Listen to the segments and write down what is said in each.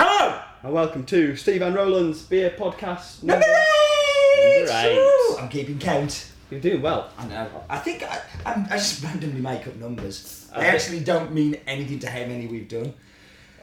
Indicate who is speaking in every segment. Speaker 1: and welcome to Steve and Roland's Beer Podcast.
Speaker 2: Number eight!
Speaker 1: Number eight.
Speaker 2: Woo! I'm keeping count.
Speaker 1: You're doing well.
Speaker 2: I know. I think I, I, I just randomly make up numbers.
Speaker 1: I
Speaker 2: They
Speaker 1: think-
Speaker 2: actually don't mean anything to how many we've done.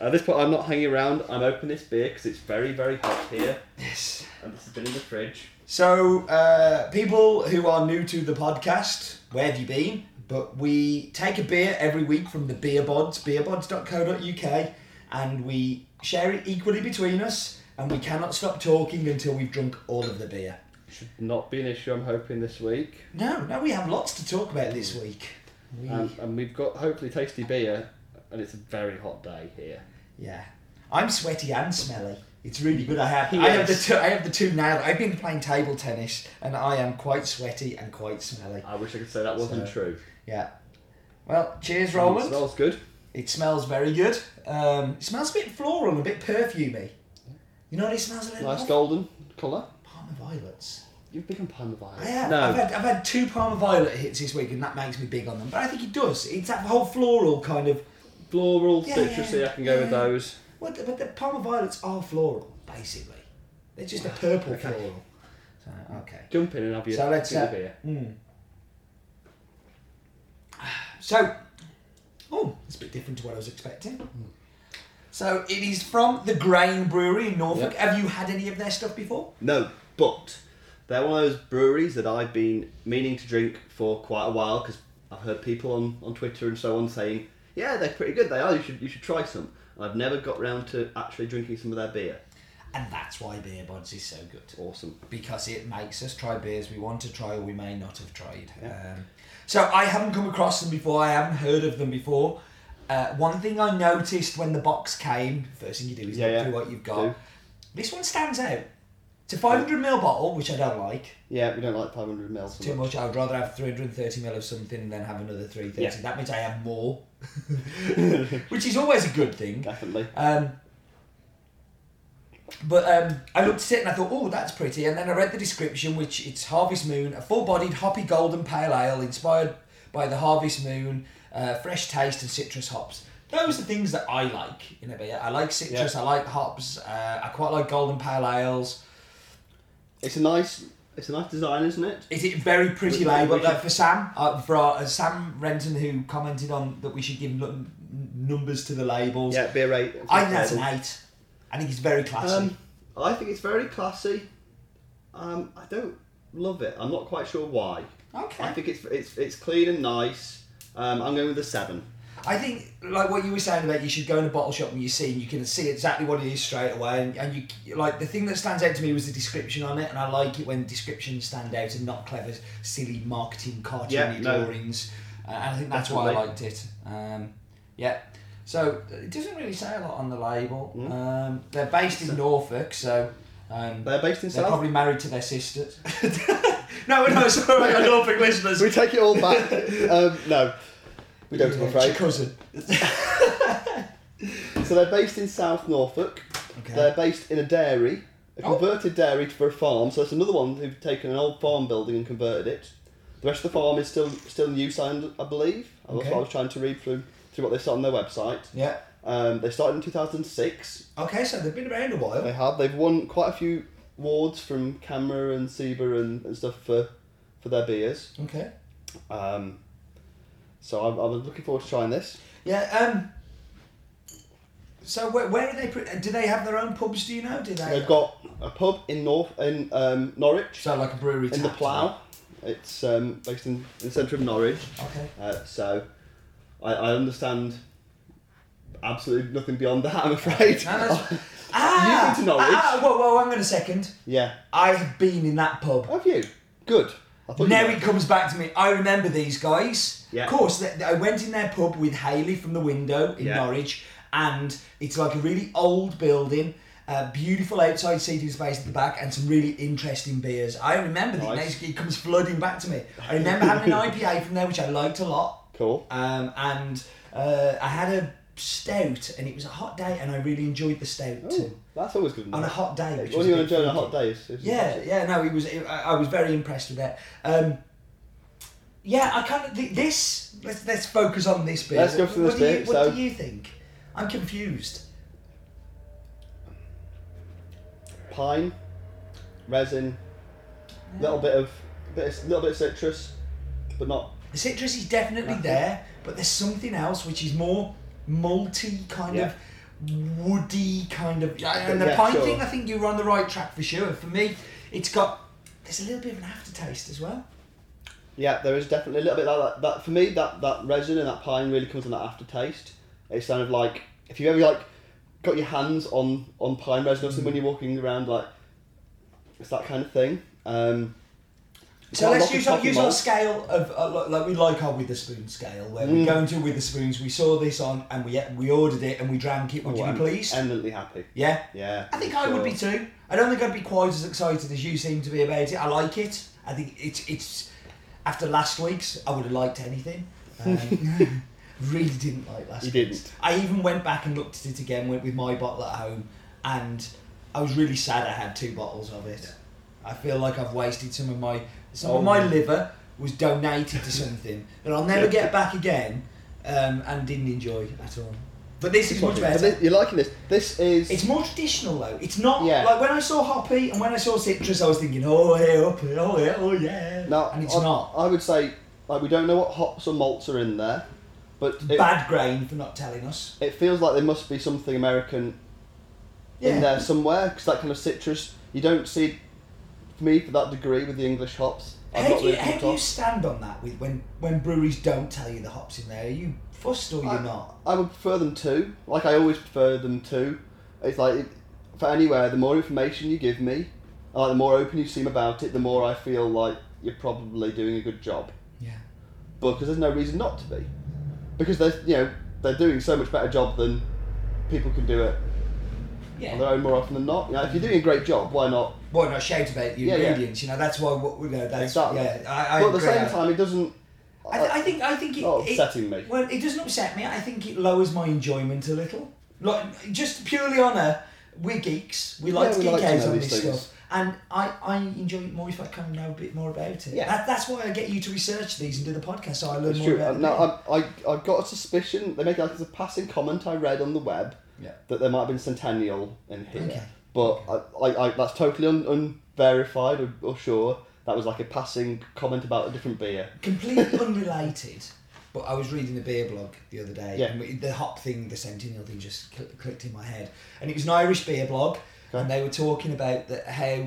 Speaker 1: At this point, I'm not hanging around. I'm opening this beer because it's very, very hot here,
Speaker 2: Yes.
Speaker 1: and this has been in the fridge.
Speaker 2: So, uh, people who are new to the podcast, where have you been? But we take a beer every week from the Beer Bods, beerbods.co.uk, and we share it equally between us, and we cannot stop talking until we've drunk all of the beer.
Speaker 1: Should not be an issue. I'm hoping this week,
Speaker 2: No, no, we have lots to talk about this week. We,
Speaker 1: um, and we've got hopefully tasty beer, and it's a very hot day here.
Speaker 2: yeah. I'm sweaty and smelly. It's really good. I have, I
Speaker 1: Yes.
Speaker 2: have the two, I have the two now. I've been playing table tennis, and I am quite sweaty and quite smelly.
Speaker 1: I wish I could say that wasn't
Speaker 2: So,
Speaker 1: true.
Speaker 2: Yeah. Well, cheers,
Speaker 1: It
Speaker 2: Roland.
Speaker 1: smells good.
Speaker 2: It smells very good. Um, it smells a bit floral, and a bit perfumey. You know what it smells a little
Speaker 1: Nice
Speaker 2: of?
Speaker 1: golden colour.
Speaker 2: Parma violets.
Speaker 1: You've become Palmer Violet.
Speaker 2: I have.
Speaker 1: No.
Speaker 2: I've, had, I've had two Parma violet hits this week, and that makes me big on them. But I think it does. It's that whole floral kind of.
Speaker 1: Floral,
Speaker 2: Yeah,
Speaker 1: citrusy, I can go with
Speaker 2: yeah.
Speaker 1: those.
Speaker 2: Well, the- but the Parma violets are floral, basically. They're just a purple
Speaker 1: Okay.
Speaker 2: floral. So, okay.
Speaker 1: Jump in and have your
Speaker 2: So let's,
Speaker 1: your
Speaker 2: uh,
Speaker 1: beer.
Speaker 2: Mm. So, oh, it's a bit different to what I was expecting. So it is from the Grain Brewery in Norfolk.
Speaker 1: Yep.
Speaker 2: Have you had any of their stuff before?
Speaker 1: No, but they're one of those breweries that I've been meaning to drink for quite a while because I've heard people on, on Twitter and so on saying, yeah, they're pretty good. They are. You should you should try some. And I've never got round to actually drinking some of their beer.
Speaker 2: And that's why Beer Buds is so good.
Speaker 1: Awesome.
Speaker 2: because it makes us try beers we want to try or we may not have tried. Um, so I haven't come across them before. I haven't heard of them before. Uh, one thing I noticed when the box came, first thing you do is
Speaker 1: Yeah,
Speaker 2: look
Speaker 1: yeah.
Speaker 2: through what you've got.
Speaker 1: Do.
Speaker 2: This one stands out. It's a 500 ml bottle, which I don't like
Speaker 1: Yeah, we don't like 500 ml so
Speaker 2: too
Speaker 1: much.
Speaker 2: much. I would rather have 330 ml of something than have another 330.
Speaker 1: Yeah.
Speaker 2: That means I have more, which is always a good thing.
Speaker 1: Definitely.
Speaker 2: Um, but um, I looked at it and I thought, oh, that's pretty. And then I read the description, which it's Harvest Moon, a full-bodied hoppy golden pale ale inspired by the Harvest Moon, uh, fresh taste and citrus hops. Those are things that I like in a beer. I like citrus. I like hops. Uh, I quite like golden pale ales.
Speaker 1: It's a nice it's a nice design, isn't it?
Speaker 2: Is it very pretty
Speaker 1: We-
Speaker 2: label
Speaker 1: we should-
Speaker 2: like for Sam? Uh, for our, uh, Sam Renton, who commented on that we should give num- numbers to the labels.
Speaker 1: Yeah, beer rate.
Speaker 2: I think that's an eight. I think it's very classy.
Speaker 1: Um, I think it's very classy. Um, I don't love it. I'm not quite sure why.
Speaker 2: okay.
Speaker 1: I think it's it's it's clean and nice. Um, I'm going with a seven.
Speaker 2: I think, like what you were saying about you should go in a bottle shop and you see, and you can see exactly what it is straight away. And, and you like the thing that stands out to me was the description on it, and I like it when descriptions stand out and not clever, silly marketing cartoony
Speaker 1: Yeah, no.
Speaker 2: drawings. Uh, and I think that's why I
Speaker 1: Definitely.
Speaker 2: liked it. Um, yeah. So it doesn't really say a lot on the label.
Speaker 1: Mm.
Speaker 2: Um, they're based in Norfolk, so um,
Speaker 1: They're based in
Speaker 2: they're
Speaker 1: South.
Speaker 2: probably married to their sisters. no, no, sorry, our Norfolk listeners.
Speaker 1: We take it all back. um, no, we
Speaker 2: Yeah,
Speaker 1: don't. I'm
Speaker 2: it's your
Speaker 1: afraid.
Speaker 2: cousin.
Speaker 1: So they're based in South Norfolk.
Speaker 2: Okay.
Speaker 1: They're based in a dairy, a
Speaker 2: Oh.
Speaker 1: converted dairy for a farm. So that's another one who've taken an old farm building and converted it. The rest of the farm is still still in use, I I believe. That's
Speaker 2: Okay.
Speaker 1: what I was trying to read through through what they saw on their website.
Speaker 2: Yeah.
Speaker 1: Um, they started in 2006.
Speaker 2: Okay, so they've been around a while.
Speaker 1: They have. They've won quite a few awards from Camera and Ciba and, and stuff for for their beers.
Speaker 2: Okay.
Speaker 1: Um, so I, I was looking forward to trying this.
Speaker 2: Yeah. Um. So where, where are they? Pre- do they have their own pubs? Do you know? Do they?
Speaker 1: They've got a pub in North in um, Norwich
Speaker 2: so like a brewery.
Speaker 1: in the
Speaker 2: tap,
Speaker 1: Plough. It's um, based in, in the centre of Norwich.
Speaker 2: Okay.
Speaker 1: Uh, so I, I understand absolutely nothing beyond that. I'm
Speaker 2: No,
Speaker 1: afraid.
Speaker 2: that's- Ah.
Speaker 1: been to Norwich?
Speaker 2: Ah, whoa, whoa! Hang on a second.
Speaker 1: yeah.
Speaker 2: I have been in that pub.
Speaker 1: Have you? Good. I thought you
Speaker 2: Now
Speaker 1: were.
Speaker 2: it comes back to me. I remember these guys.
Speaker 1: Yeah.
Speaker 2: Of course, they, they- I went in their pub with Haley from the window in
Speaker 1: Yeah.
Speaker 2: Norwich, and it's like a really old building, uh, beautiful outside seating space at the back, and some really interesting beers. I remember the
Speaker 1: Nice.
Speaker 2: it comes flooding back to me. I remember having an IPA from there, which I liked a lot,
Speaker 1: cool.
Speaker 2: um, and uh, I had a stout, and it was a hot day, and I really enjoyed the stout
Speaker 1: Ooh,
Speaker 2: too.
Speaker 1: that's always good.
Speaker 2: On a hot day,
Speaker 1: What
Speaker 2: which
Speaker 1: do
Speaker 2: was
Speaker 1: you
Speaker 2: a
Speaker 1: want
Speaker 2: bit
Speaker 1: to do on a
Speaker 2: freaky.
Speaker 1: hot day? It's- it's-
Speaker 2: Yeah, yeah, no, he was. I, I was very impressed with that. Um, yeah, I kind of th- this. Let's let's focus on this bit.
Speaker 1: Let's go for
Speaker 2: what
Speaker 1: this
Speaker 2: do
Speaker 1: bit,
Speaker 2: You, what
Speaker 1: so-
Speaker 2: do you think? I'm confused.
Speaker 1: pine, resin, little bit of bit of, little bit of citrus, but not.
Speaker 2: The citrus is definitely there, but there's something else which is more malty kind
Speaker 1: Yeah.
Speaker 2: of woody kind of. Yeah, and the
Speaker 1: Yeah,
Speaker 2: pine
Speaker 1: sure.
Speaker 2: thing, I think you were on the right track for sure. For me, it's got there's a little bit of an aftertaste as well.
Speaker 1: Yeah, there is definitely a little bit like that. That for me, that that resin and that pine really comes in that aftertaste. It's kind of like if you ever like got your hands on on pine resin or something
Speaker 2: Mm.
Speaker 1: when you're walking around, like it's that kind of thing. Um,
Speaker 2: So
Speaker 1: quite a
Speaker 2: let's
Speaker 1: lot of
Speaker 2: use our,
Speaker 1: coffee
Speaker 2: use our
Speaker 1: malt.
Speaker 2: scale of uh, li- like we like our Witherspoon scale where
Speaker 1: Mm.
Speaker 2: we go into Witherspoons. We saw this on and we we ordered it and we drank it. Would you
Speaker 1: I'm
Speaker 2: be pleased?
Speaker 1: Eminently happy.
Speaker 2: yeah.
Speaker 1: Yeah.
Speaker 2: I think
Speaker 1: for
Speaker 2: I would be
Speaker 1: sure.
Speaker 2: too. I don't think I'd be quite as excited as you seem to be about it. I like it. I think it's it's after last week's. I would have liked anything. Um, really didn't like last.
Speaker 1: You
Speaker 2: week's.
Speaker 1: didn't.
Speaker 2: I even went back and looked at it again with, with my bottle at home, and I was really sad I had two bottles of it. I feel like I've wasted some of my some
Speaker 1: Oh.
Speaker 2: of my liver was donated to something that I'll never get back again, um, and didn't enjoy at all. But this is
Speaker 1: But
Speaker 2: much better.
Speaker 1: thi- You're liking this. This is.
Speaker 2: It's more traditional though. It's not
Speaker 1: Yeah.
Speaker 2: like when I saw Hoppy and when I saw Citrus, I was thinking, oh yeah, up here, oh yeah, oh yeah.
Speaker 1: now,
Speaker 2: and it's
Speaker 1: I,
Speaker 2: not.
Speaker 1: I would say like we don't know what hops or malts are in there, but it,
Speaker 2: Bad grain for not telling us.
Speaker 1: it feels like there must be something American
Speaker 2: Yeah.
Speaker 1: in there somewhere because that kind of citrus you don't see for me for that degree with the English hops. I've
Speaker 2: How
Speaker 1: not
Speaker 2: do, you,
Speaker 1: really
Speaker 2: how
Speaker 1: come
Speaker 2: do you
Speaker 1: across.
Speaker 2: stand on that with when, when breweries don't tell you the hops in there? Are you fussed or you're
Speaker 1: I-
Speaker 2: not?
Speaker 1: I would prefer them to. Like I always prefer them to. It's like for anywhere, the more information you give me, like the more open you seem about it, the more I feel like you're probably doing a good job.
Speaker 2: Yeah.
Speaker 1: because there's no reason not to be. Because they're you know they're doing so much better job than people can do it on their
Speaker 2: Yeah.
Speaker 1: own more often than not. You know, if you're doing a great job, why not?
Speaker 2: Why not shout about your
Speaker 1: Yeah, yeah.
Speaker 2: ingredients? You know, that's why what we know. That's
Speaker 1: Exactly.
Speaker 2: yeah. I, I
Speaker 1: but at the
Speaker 2: agree.
Speaker 1: same time, it doesn't.
Speaker 2: I, th- I think I think it,
Speaker 1: Not
Speaker 2: it-
Speaker 1: Oh, upsetting me.
Speaker 2: Well, it doesn't upset me. I think it lowers my enjoyment a little. Like just purely on a we're geeks. We like
Speaker 1: Yeah,
Speaker 2: to
Speaker 1: we
Speaker 2: geek
Speaker 1: like to
Speaker 2: out
Speaker 1: know
Speaker 2: on
Speaker 1: these
Speaker 2: this
Speaker 1: things.
Speaker 2: stuff, and I, I enjoy it more if I kind of know a bit more about it.
Speaker 1: Yeah.
Speaker 2: That, that's why I get you to research these and do the podcast, so I learn
Speaker 1: It's
Speaker 2: more
Speaker 1: true.
Speaker 2: about.
Speaker 1: Uh,
Speaker 2: the
Speaker 1: Now
Speaker 2: beer.
Speaker 1: I, I I've got a suspicion. They make like it's a passing comment I read on the web
Speaker 2: Yeah.
Speaker 1: that there might have been centennial in here,
Speaker 2: Okay.
Speaker 1: but I, I, I that's totally un, unverified or, or sure. That was like a passing comment about a different beer.
Speaker 2: completely unrelated. But I was reading a beer blog the other day,
Speaker 1: Yeah.
Speaker 2: and we- the hop thing, the Centennial thing, just cl- clicked in my head. And it was an Irish beer blog, and they were talking about that how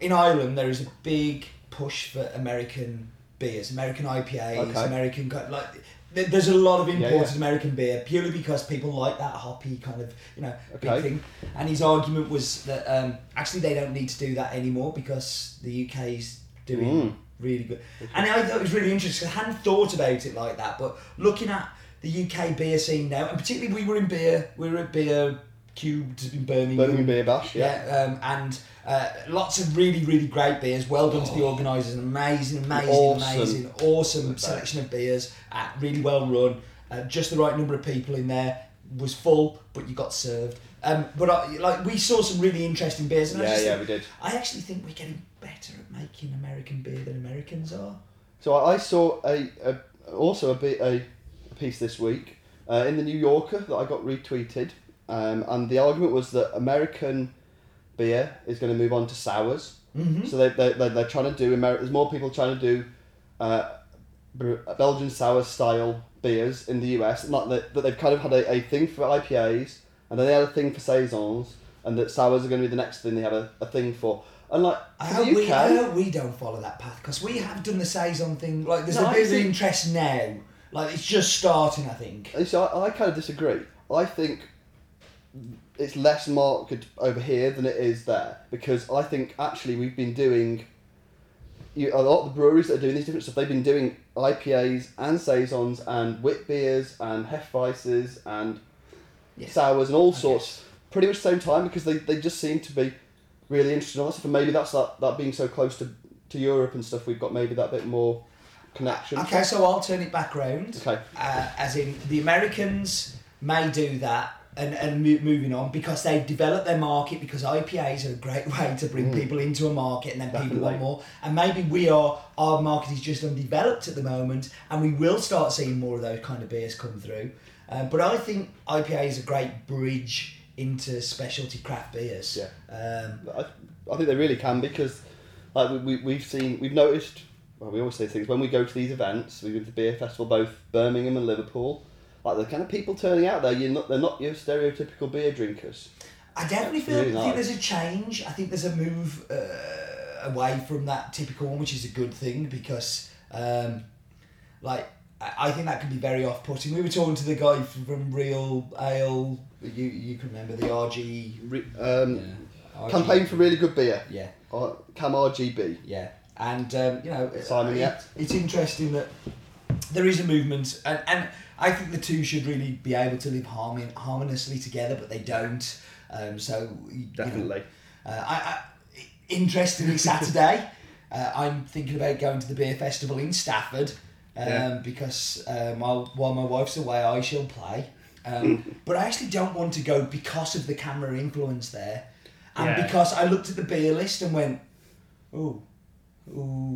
Speaker 2: in Ireland there is a big push for American beers, American IPAs,
Speaker 1: Okay.
Speaker 2: American co- like. th- There's a lot of imported
Speaker 1: yeah.
Speaker 2: American beer purely because people like that hoppy kind of you know big
Speaker 1: Okay.
Speaker 2: thing. And his argument was that um, actually they don't need to do that anymore because the UK's doing
Speaker 1: Mm.
Speaker 2: really good. And I thought it was really interesting. I hadn't thought about it like that, but looking at the UK beer scene now, and particularly we were in beer, we were at beer cubed in Birmingham.
Speaker 1: Birmingham Beer Bash. Yeah.
Speaker 2: Yeah, um, and uh, lots of really, really great beers. Well done to the organisers. An amazing, amazing,
Speaker 1: Oh. Awesome.
Speaker 2: amazing, awesome selection of beers. Uh, really well run. Uh, just the right number of people in there. Was full, but you got served. Um, but I, like we saw some really interesting beers. And I
Speaker 1: Yeah,
Speaker 2: just
Speaker 1: yeah,
Speaker 2: think-
Speaker 1: we did.
Speaker 2: I actually think we're getting better at making American beer than Americans are.
Speaker 1: So I, I saw a, a also a, bit, a piece this week uh, in the New Yorker that I got retweeted, um, and the argument was that American beer is going to move on to sours. Mm-hmm. So they they they they're trying to do Amer- There's more people trying to do uh, bre- Belgian sour style beers in the US, and that, that, that they've kind of had a, a thing for IPAs, and then they had a thing for saisons, and that sours are going to be the next thing they have a, a thing for. And like
Speaker 2: I
Speaker 1: for the
Speaker 2: hope, we, I
Speaker 1: UK
Speaker 2: hope we don't follow that path because we have done the saison thing. Like, there's
Speaker 1: No,
Speaker 2: a
Speaker 1: I
Speaker 2: bit of
Speaker 1: think-
Speaker 2: interest now. Like, it's just starting, I think.
Speaker 1: And So I, I kind of disagree. I think it's less marked over here than it is there because I think actually we've been doing you, a lot of the breweries that are doing these different stuff. They've been doing IPAs and saisons and wit beers and hefeweises and
Speaker 2: Yeah.
Speaker 1: sours and all sorts pretty much the same time because they, they just seem to be really interested in us. And maybe that's that, that being so close to, to Europe and stuff. We've got maybe that bit more connection.
Speaker 2: Okay, so I'll turn it back round.
Speaker 1: Okay.
Speaker 2: Uh, as in, the Americans may do that and, and mo- moving on because they've developed their market because IPAs are a great way to bring people into a market and then people want
Speaker 1: Mm. Definitely.
Speaker 2: more. And maybe we are, our market is just undeveloped at the moment and we will start seeing more of those kind of beers come through. Uh, but I think IPA is a great bridge into specialty craft beers.
Speaker 1: Yeah.
Speaker 2: Um,
Speaker 1: I, I think they really can because like we, we, we've seen we've noticed well we always say things when we go to these events we go to the beer festival both Birmingham and Liverpool like the kind of people turning out there you're not they're not your stereotypical beer drinkers
Speaker 2: I definitely feel
Speaker 1: really
Speaker 2: I think
Speaker 1: nice.
Speaker 2: there's a change. I think there's a move uh, away from that typical one, which is a good thing because, um, like, I I think that can be very off-putting. We were talking to the guy f- from Real Ale. You you can remember the RG,
Speaker 1: Re- um,
Speaker 2: RG
Speaker 1: campaign for really good beer
Speaker 2: Yeah,
Speaker 1: or Cam RGB
Speaker 2: yeah, and um, you know,
Speaker 1: Simon
Speaker 2: it-
Speaker 1: Yates.
Speaker 2: it's interesting that there is a movement, and, and I think the two should really be able to live harmon- harmoniously together, but they don't. Um, so you know,
Speaker 1: definitely
Speaker 2: uh, I, I, interestingly, Saturday, uh, I'm thinking about going to the beer festival in Stafford um,
Speaker 1: Yeah.
Speaker 2: because um, I'll, while my wife's away, I shall play.
Speaker 1: Hmm.
Speaker 2: Um, but I actually don't want to go because of the camera influence there, and
Speaker 1: Yeah.
Speaker 2: because I looked at the beer list and went, oh. Ooh,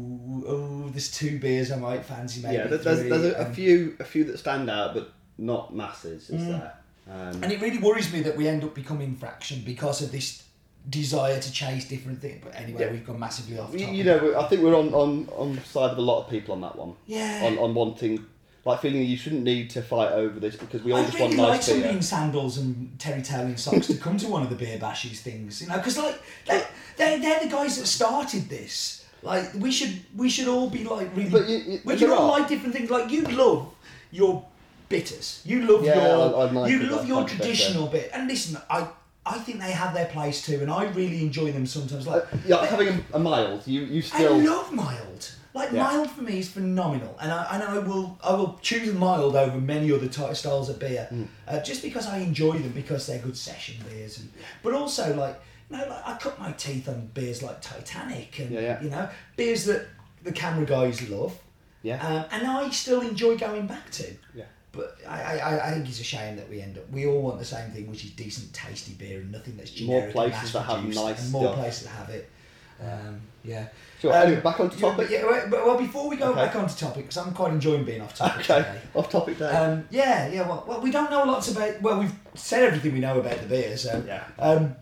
Speaker 2: ooh, there's two beers I might fancy maybe.
Speaker 1: yeah there's, there's,
Speaker 2: three,
Speaker 1: there's a, a
Speaker 2: um,
Speaker 1: few a few that stand out but not masses is there um,
Speaker 2: And it really worries me that we end up becoming fraction because of this desire to chase different things. But anyway,
Speaker 1: Yeah.
Speaker 2: we've gone massively off
Speaker 1: you,
Speaker 2: topic.
Speaker 1: you know we- I think we're on, on on the side of a lot of people on that one
Speaker 2: yeah.
Speaker 1: on, on wanting like feeling that you shouldn't need to fight over this because we all
Speaker 2: I
Speaker 1: just
Speaker 2: really
Speaker 1: want
Speaker 2: like
Speaker 1: nice beer.
Speaker 2: somebody in sandals and terry tail in socks to come to one of the beer bashes things, you know, because like they they're, they're the guys that started this. Like we should we should all be like really,
Speaker 1: But you- you-
Speaker 2: we
Speaker 1: but
Speaker 2: should
Speaker 1: there
Speaker 2: all
Speaker 1: are.
Speaker 2: like different things. Like you love your bitters, you love
Speaker 1: Yeah,
Speaker 2: your
Speaker 1: I- I like
Speaker 2: you
Speaker 1: it,
Speaker 2: love
Speaker 1: I
Speaker 2: your
Speaker 1: like it better.
Speaker 2: traditional bit. And listen, I I think they have their place too, and I really enjoy them sometimes. Like
Speaker 1: Uh, Yeah, having a, a mild, you you
Speaker 2: I
Speaker 1: still
Speaker 2: love mild. Like
Speaker 1: Yeah.
Speaker 2: mild for me is phenomenal, and I and I will I will choose mild over many other type styles of beer,
Speaker 1: Mm.
Speaker 2: uh, just because I enjoy them because they're good session beers, and but also like you know like I cut my teeth on beers like Titanic and
Speaker 1: Yeah, yeah.
Speaker 2: you know beers that the camera guys love,
Speaker 1: yeah
Speaker 2: um, and I still enjoy going back to.
Speaker 1: yeah.
Speaker 2: But I, I, I think it's a shame that we end up. We all want the same thing, which is decent, tasty beer and nothing that's
Speaker 1: More
Speaker 2: generic.
Speaker 1: places
Speaker 2: and
Speaker 1: that have
Speaker 2: mass-produced,
Speaker 1: nice
Speaker 2: and more
Speaker 1: stuff.
Speaker 2: places that have it. Um, yeah.
Speaker 1: Sure.
Speaker 2: Um,
Speaker 1: anyway, back onto
Speaker 2: you-
Speaker 1: topic.
Speaker 2: Yeah, well, well, before we go
Speaker 1: Okay.
Speaker 2: back onto topic, because I'm quite enjoying being off topic
Speaker 1: Okay,
Speaker 2: today.
Speaker 1: off topic there.
Speaker 2: Um, yeah, yeah. Well, well, we don't know lots about. Well, we've said everything we know about the beer. So,
Speaker 1: Yeah.
Speaker 2: um,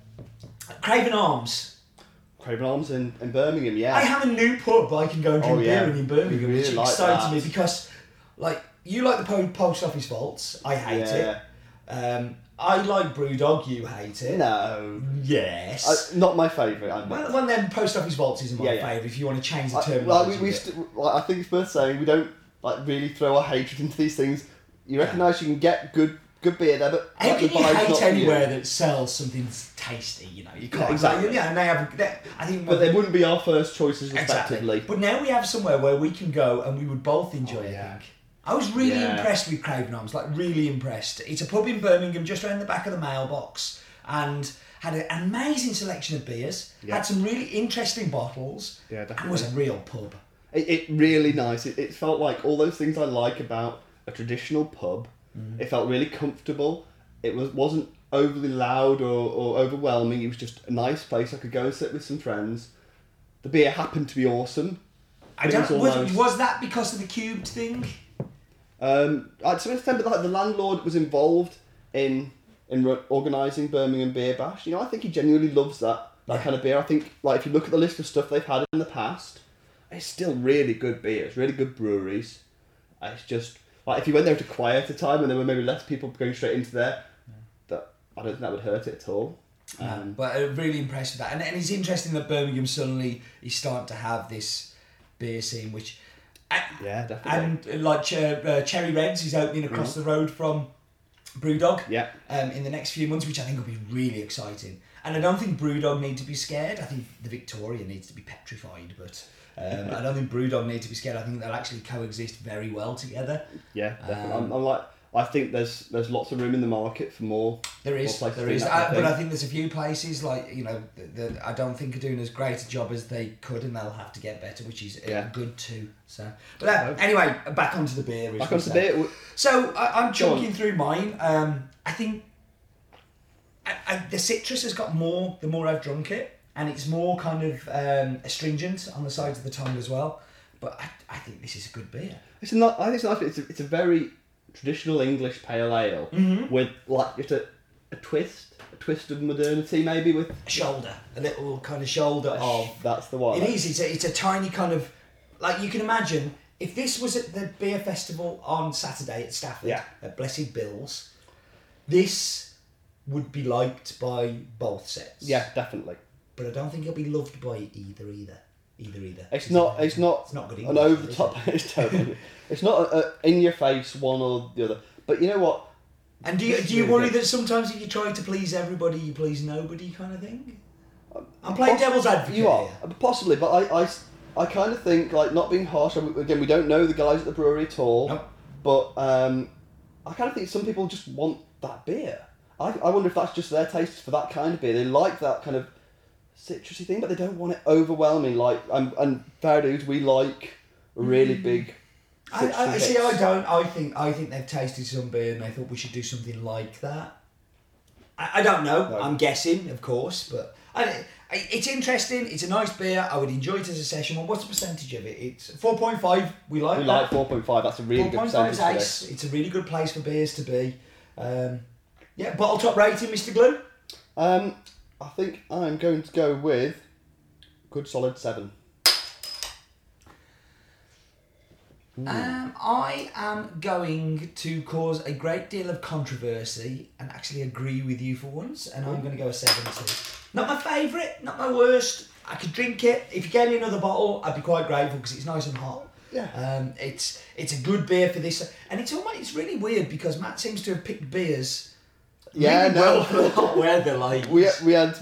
Speaker 2: Craven Arms.
Speaker 1: Craven Arms in, in Birmingham, yeah.
Speaker 2: I have a new pub I can go and drink
Speaker 1: Ah. Oh, yeah.
Speaker 2: beer in in Birmingham,
Speaker 1: We
Speaker 2: which
Speaker 1: really like
Speaker 2: excites
Speaker 1: that.
Speaker 2: me because, like, you like the po- post office vaults. I hate
Speaker 1: yeah.
Speaker 2: it. Um, I like Brewdog. You hate it.
Speaker 1: No,
Speaker 2: Yes.
Speaker 1: I, Uh, not my favourite. I'm
Speaker 2: well, one of them post office vaults isn't my
Speaker 1: Yeah, yeah.
Speaker 2: favourite. If you want to change the
Speaker 1: I,
Speaker 2: terminology,
Speaker 1: like, we, we
Speaker 2: a bit.
Speaker 1: st- like, I think it's worth saying we don't like really throw our hatred into these things. You recognise you can get good good beer there, but
Speaker 2: How
Speaker 1: like,
Speaker 2: can
Speaker 1: the
Speaker 2: you
Speaker 1: vibe's
Speaker 2: hate
Speaker 1: not for you.
Speaker 2: anywhere that sells something tasty? You know, you can't.
Speaker 1: exactly.
Speaker 2: Yeah, and they have. They, I think.
Speaker 1: But they wouldn't be our first choices,
Speaker 2: exactly.
Speaker 1: respectively.
Speaker 2: But now we have somewhere where we can go and we would both enjoy.
Speaker 1: Oh, yeah.
Speaker 2: I think. I was really
Speaker 1: Yeah.
Speaker 2: impressed with Craven Arms. Like really impressed. It's a pub in Birmingham, just around the back of the mailbox, and had an amazing selection of beers.
Speaker 1: Yeah.
Speaker 2: Had some really interesting bottles.
Speaker 1: Yeah,
Speaker 2: And was a real pub.
Speaker 1: It, it really nice. It, it felt like all those things I like about a traditional pub. It felt really comfortable. It was wasn't overly loud or, or overwhelming. It was just a nice place I could go and sit with some friends. The beer happened to be awesome.
Speaker 2: I
Speaker 1: It
Speaker 2: don't.
Speaker 1: was
Speaker 2: Was,
Speaker 1: almost-
Speaker 2: was that because of the cubed thing?
Speaker 1: Um, I to some extent, but like the landlord was involved in in ru- organising Birmingham Beer Bash. You know, I think he genuinely loves that that
Speaker 2: Yeah.
Speaker 1: kind of beer. I think like if you look at the list of stuff they've had in the past, it's still really good beer. It's really good breweries. And It's just like if you went there at a quieter time and there were maybe less people going straight into there, that I don't think that would hurt it at all.
Speaker 2: Um, but uh, really impressed with that, and, and it's interesting that Birmingham suddenly is starting to have this beer scene, which and,
Speaker 1: Yeah, definitely.
Speaker 2: and uh, like Cher- uh, Cherry Reds is opening across the road from Brewdog
Speaker 1: Yeah.
Speaker 2: um, in the next few months, which I think will be really exciting. And I don't think Brewdog need to be scared. I think the Victoria needs to be petrified, but um, I don't think Brewdog need to be scared. I think they'll actually coexist very well together.
Speaker 1: yeah, definitely.
Speaker 2: Um,
Speaker 1: I'm, I'm like I think there's there's lots of room in the market for more.
Speaker 2: There
Speaker 1: more
Speaker 2: is,
Speaker 1: places
Speaker 2: there
Speaker 1: doing
Speaker 2: is,
Speaker 1: that kind of
Speaker 2: I, but
Speaker 1: thing.
Speaker 2: I think there's a few places like you know that, that I don't think are doing as great a job as they could, and they'll have to get better, which is uh
Speaker 1: Yeah.
Speaker 2: good too. So, but uh, anyway, back onto the beer. as
Speaker 1: Back
Speaker 2: we
Speaker 1: onto
Speaker 2: said.
Speaker 1: the beer. w-
Speaker 2: So I, I'm
Speaker 1: Go on.
Speaker 2: chunking through mine. Um, I think I, I, the citrus has got more the more I've drunk it, and it's more kind of um, astringent on the sides of the tongue as well. But I, I think this is a good beer.
Speaker 1: It's not. I
Speaker 2: Mm-hmm.
Speaker 1: think it's nice. It's a, it's a very traditional English pale ale with like just a, a a twist, a twist of modernity maybe with oh,
Speaker 2: A shoulder, a little kind of shoulder of.
Speaker 1: that's the one.
Speaker 2: It is. It's a, it's a tiny kind of like you can imagine if this was at the beer festival on Saturday at Stafford
Speaker 1: Yeah.
Speaker 2: at Blessed Bill's, this would be liked by both sets.
Speaker 1: Yeah, definitely.
Speaker 2: but I don't think it'll be loved by either either either either.
Speaker 1: It's not. It's not.
Speaker 2: It's not good
Speaker 1: An
Speaker 2: English,
Speaker 1: over
Speaker 2: though,
Speaker 1: the
Speaker 2: is
Speaker 1: top. It's terrible. it's not a, a in your face one or the other. But you know what?
Speaker 2: And do you
Speaker 1: It's
Speaker 2: do you
Speaker 1: really
Speaker 2: worry
Speaker 1: good.
Speaker 2: that sometimes if you try to please everybody, you please nobody kind of thing? I'm playing devil's advocate.
Speaker 1: Uh, You are
Speaker 2: here.
Speaker 1: possibly, but I, I s- I kind of think like not being harsh. I mean, Again, we don't know the guys at the brewery at all.
Speaker 2: Nope.
Speaker 1: But um, I kind of think some people just want that beer. I, I wonder if that's just their taste for that kind of beer. They like that kind of citrusy thing, but they don't want it overwhelming. Like and, and fair dues, we like
Speaker 2: Mm.
Speaker 1: really big.
Speaker 2: I, I, I
Speaker 1: citrusy
Speaker 2: see.
Speaker 1: hits.
Speaker 2: I don't. I think. I think they've tasted some beer and they thought we should do something like that. I, I don't know.
Speaker 1: No.
Speaker 2: I'm guessing, of course, but I, I, it's interesting. It's a nice beer. I would enjoy it as a session one. What's the percentage of it? It's four point five. We like.
Speaker 1: We
Speaker 2: that.
Speaker 1: like 4.5. That's a really good
Speaker 2: 4.5
Speaker 1: percentage.
Speaker 2: is
Speaker 1: today.
Speaker 2: ace. It's a really good place for beers to be. Um, yeah, bottle top rating, Mr. Glue.
Speaker 1: Um, I think I'm going to go with good solid seven.
Speaker 2: Um, I am going to cause a great deal of controversy and actually agree with you for once, and I'm going to go a 70. Not my favourite, not my worst. I could drink it. If you gave me another bottle, I'd be quite grateful because it's nice and hot.
Speaker 1: Yeah.
Speaker 2: Um, it's it's a good beer for this, and it's almost it's really weird because Matt seems to have picked beers.
Speaker 1: Yeah,
Speaker 2: really
Speaker 1: no.
Speaker 2: well for the hot weather, like
Speaker 1: We we had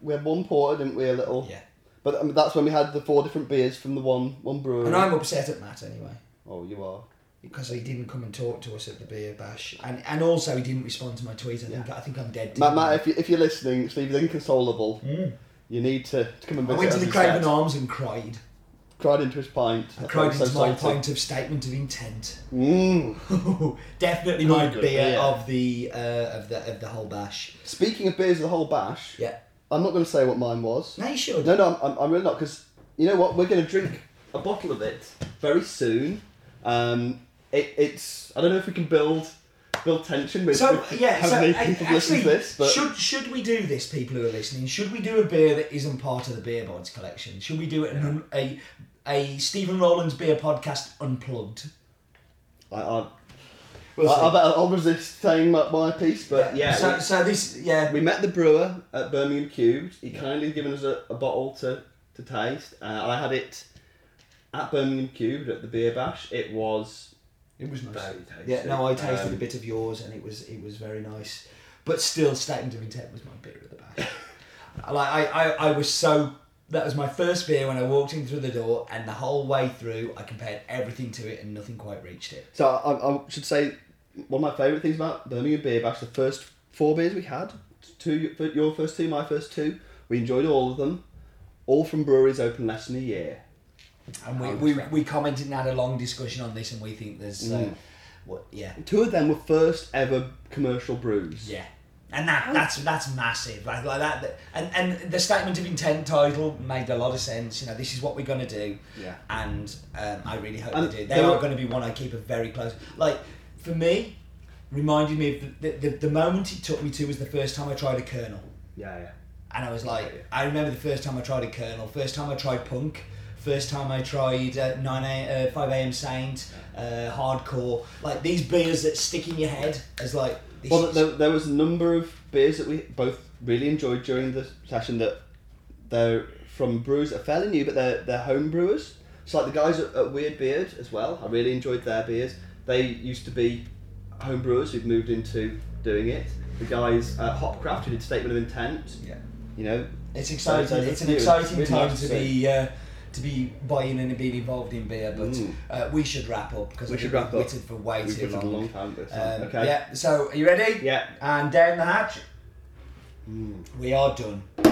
Speaker 1: we had one porter, didn't we? A little.
Speaker 2: yeah.
Speaker 1: But um, that's when we had the four different beers from the one one brewery.
Speaker 2: And I'm upset at Matt anyway.
Speaker 1: Oh, you are.
Speaker 2: Because he didn't come and talk to us at the beer bash, and and also he didn't respond to my tweet. I think I think I'm dead. to
Speaker 1: Matt,
Speaker 2: him.
Speaker 1: Matt, if you if you're listening, Steve's inconsolable. You need to, to come and
Speaker 2: Mm. I
Speaker 1: visit.
Speaker 2: went
Speaker 1: us
Speaker 2: to the
Speaker 1: and
Speaker 2: Craven
Speaker 1: set.
Speaker 2: Arms and cried.
Speaker 1: Cried into his pint.
Speaker 2: I cried
Speaker 1: so
Speaker 2: into my
Speaker 1: salty.
Speaker 2: point of statement of intent.
Speaker 1: Mm.
Speaker 2: Definitely my
Speaker 1: Good
Speaker 2: beer
Speaker 1: beer.
Speaker 2: of the uh, of the of the whole bash.
Speaker 1: Speaking of beers, of the whole bash.
Speaker 2: Yeah.
Speaker 1: I'm not going to say what mine was.
Speaker 2: No, you should.
Speaker 1: No, no, I'm, I'm really not because you know what? We're going to drink a bottle of it very soon. Um, it, it's I don't know if we can build build tension with,
Speaker 2: So
Speaker 1: with
Speaker 2: yeah,
Speaker 1: how
Speaker 2: so
Speaker 1: many
Speaker 2: uh,
Speaker 1: people listen
Speaker 2: actually,
Speaker 1: to this, but
Speaker 2: should should we do this? People who are listening, should we do a beer that isn't part of the Beer Bods collection? Should we do it an, a a Stephen Rowland's beer podcast unplugged?
Speaker 1: I, I,
Speaker 2: We'll
Speaker 1: I,
Speaker 2: see.
Speaker 1: I better, I'll resist saying my, my piece. But yeah,
Speaker 2: So, so this yeah.
Speaker 1: we, we met the brewer at Birmingham Cubes. He kindly given us a, a bottle to to taste. Uh, I had it at Birmingham Cubes at the beer bash. It was
Speaker 2: It was nice.
Speaker 1: Very tasty.
Speaker 2: Yeah, no, I tasted
Speaker 1: Um,
Speaker 2: a bit of yours, and it was it was very nice. But still, Statement of Intent was my beer of the bash. like I, I, I was so that was my first beer when I walked in through the door, and the whole way through, I compared everything to it, and nothing quite reached it.
Speaker 1: So I, I should say one of my favourite things about Birmingham Beer Bash, the first four beers we had, two your first two, my first two, we enjoyed all of them, all from breweries open less than a year.
Speaker 2: And we
Speaker 1: Oh,
Speaker 2: we,
Speaker 1: that's right. Mm.
Speaker 2: we commented and had a long discussion on this, and we think there's uh, what yeah
Speaker 1: Two of them were first ever commercial brews.
Speaker 2: yeah. And that, that's that's massive, like, like that. that- And and the statement of intent title made a lot of sense. You know, this is what we're gonna do.
Speaker 1: Yeah.
Speaker 2: and um, I really hope
Speaker 1: And
Speaker 2: they do. They
Speaker 1: there
Speaker 2: are
Speaker 1: were-
Speaker 2: going to be one I keep a very close. Like for me, reminded me of the, the, the, the moment it took me to was the first time I tried a kernel,
Speaker 1: Yeah, yeah.
Speaker 2: and I was like, I remember the first time I tried a kernel, first time I tried punk, first time I tried uh, nine a, uh, five a.m. Saint, uh, hardcore, like these beers that stick in your head as like. This
Speaker 1: Well,
Speaker 2: is-
Speaker 1: there, there was a number of beers that we both really enjoyed during the session that they're from brewers that are fairly new, but they're, they're home brewers. So, like the guys at, at Weird Beard as well, I really enjoyed their beers. They used to be home brewers who've moved into doing it. The guys at Hopcraft who did Statement of Intent,
Speaker 2: yeah.
Speaker 1: you know.
Speaker 2: It's exciting.
Speaker 1: So it's
Speaker 2: it's an
Speaker 1: overdue.
Speaker 2: exciting
Speaker 1: It's really
Speaker 2: time
Speaker 1: nice
Speaker 2: to
Speaker 1: to
Speaker 2: be uh, to be buying and being involved in beer. But
Speaker 1: Mm.
Speaker 2: uh, we should wrap up because
Speaker 1: We
Speaker 2: we
Speaker 1: should
Speaker 2: should
Speaker 1: wrap up.
Speaker 2: waited for way
Speaker 1: We've
Speaker 2: too
Speaker 1: waited a
Speaker 2: long.
Speaker 1: long time for this
Speaker 2: Um,
Speaker 1: one. Okay.
Speaker 2: Yeah. So are you ready?
Speaker 1: Yeah. Mm.
Speaker 2: And down the hatch. We are done.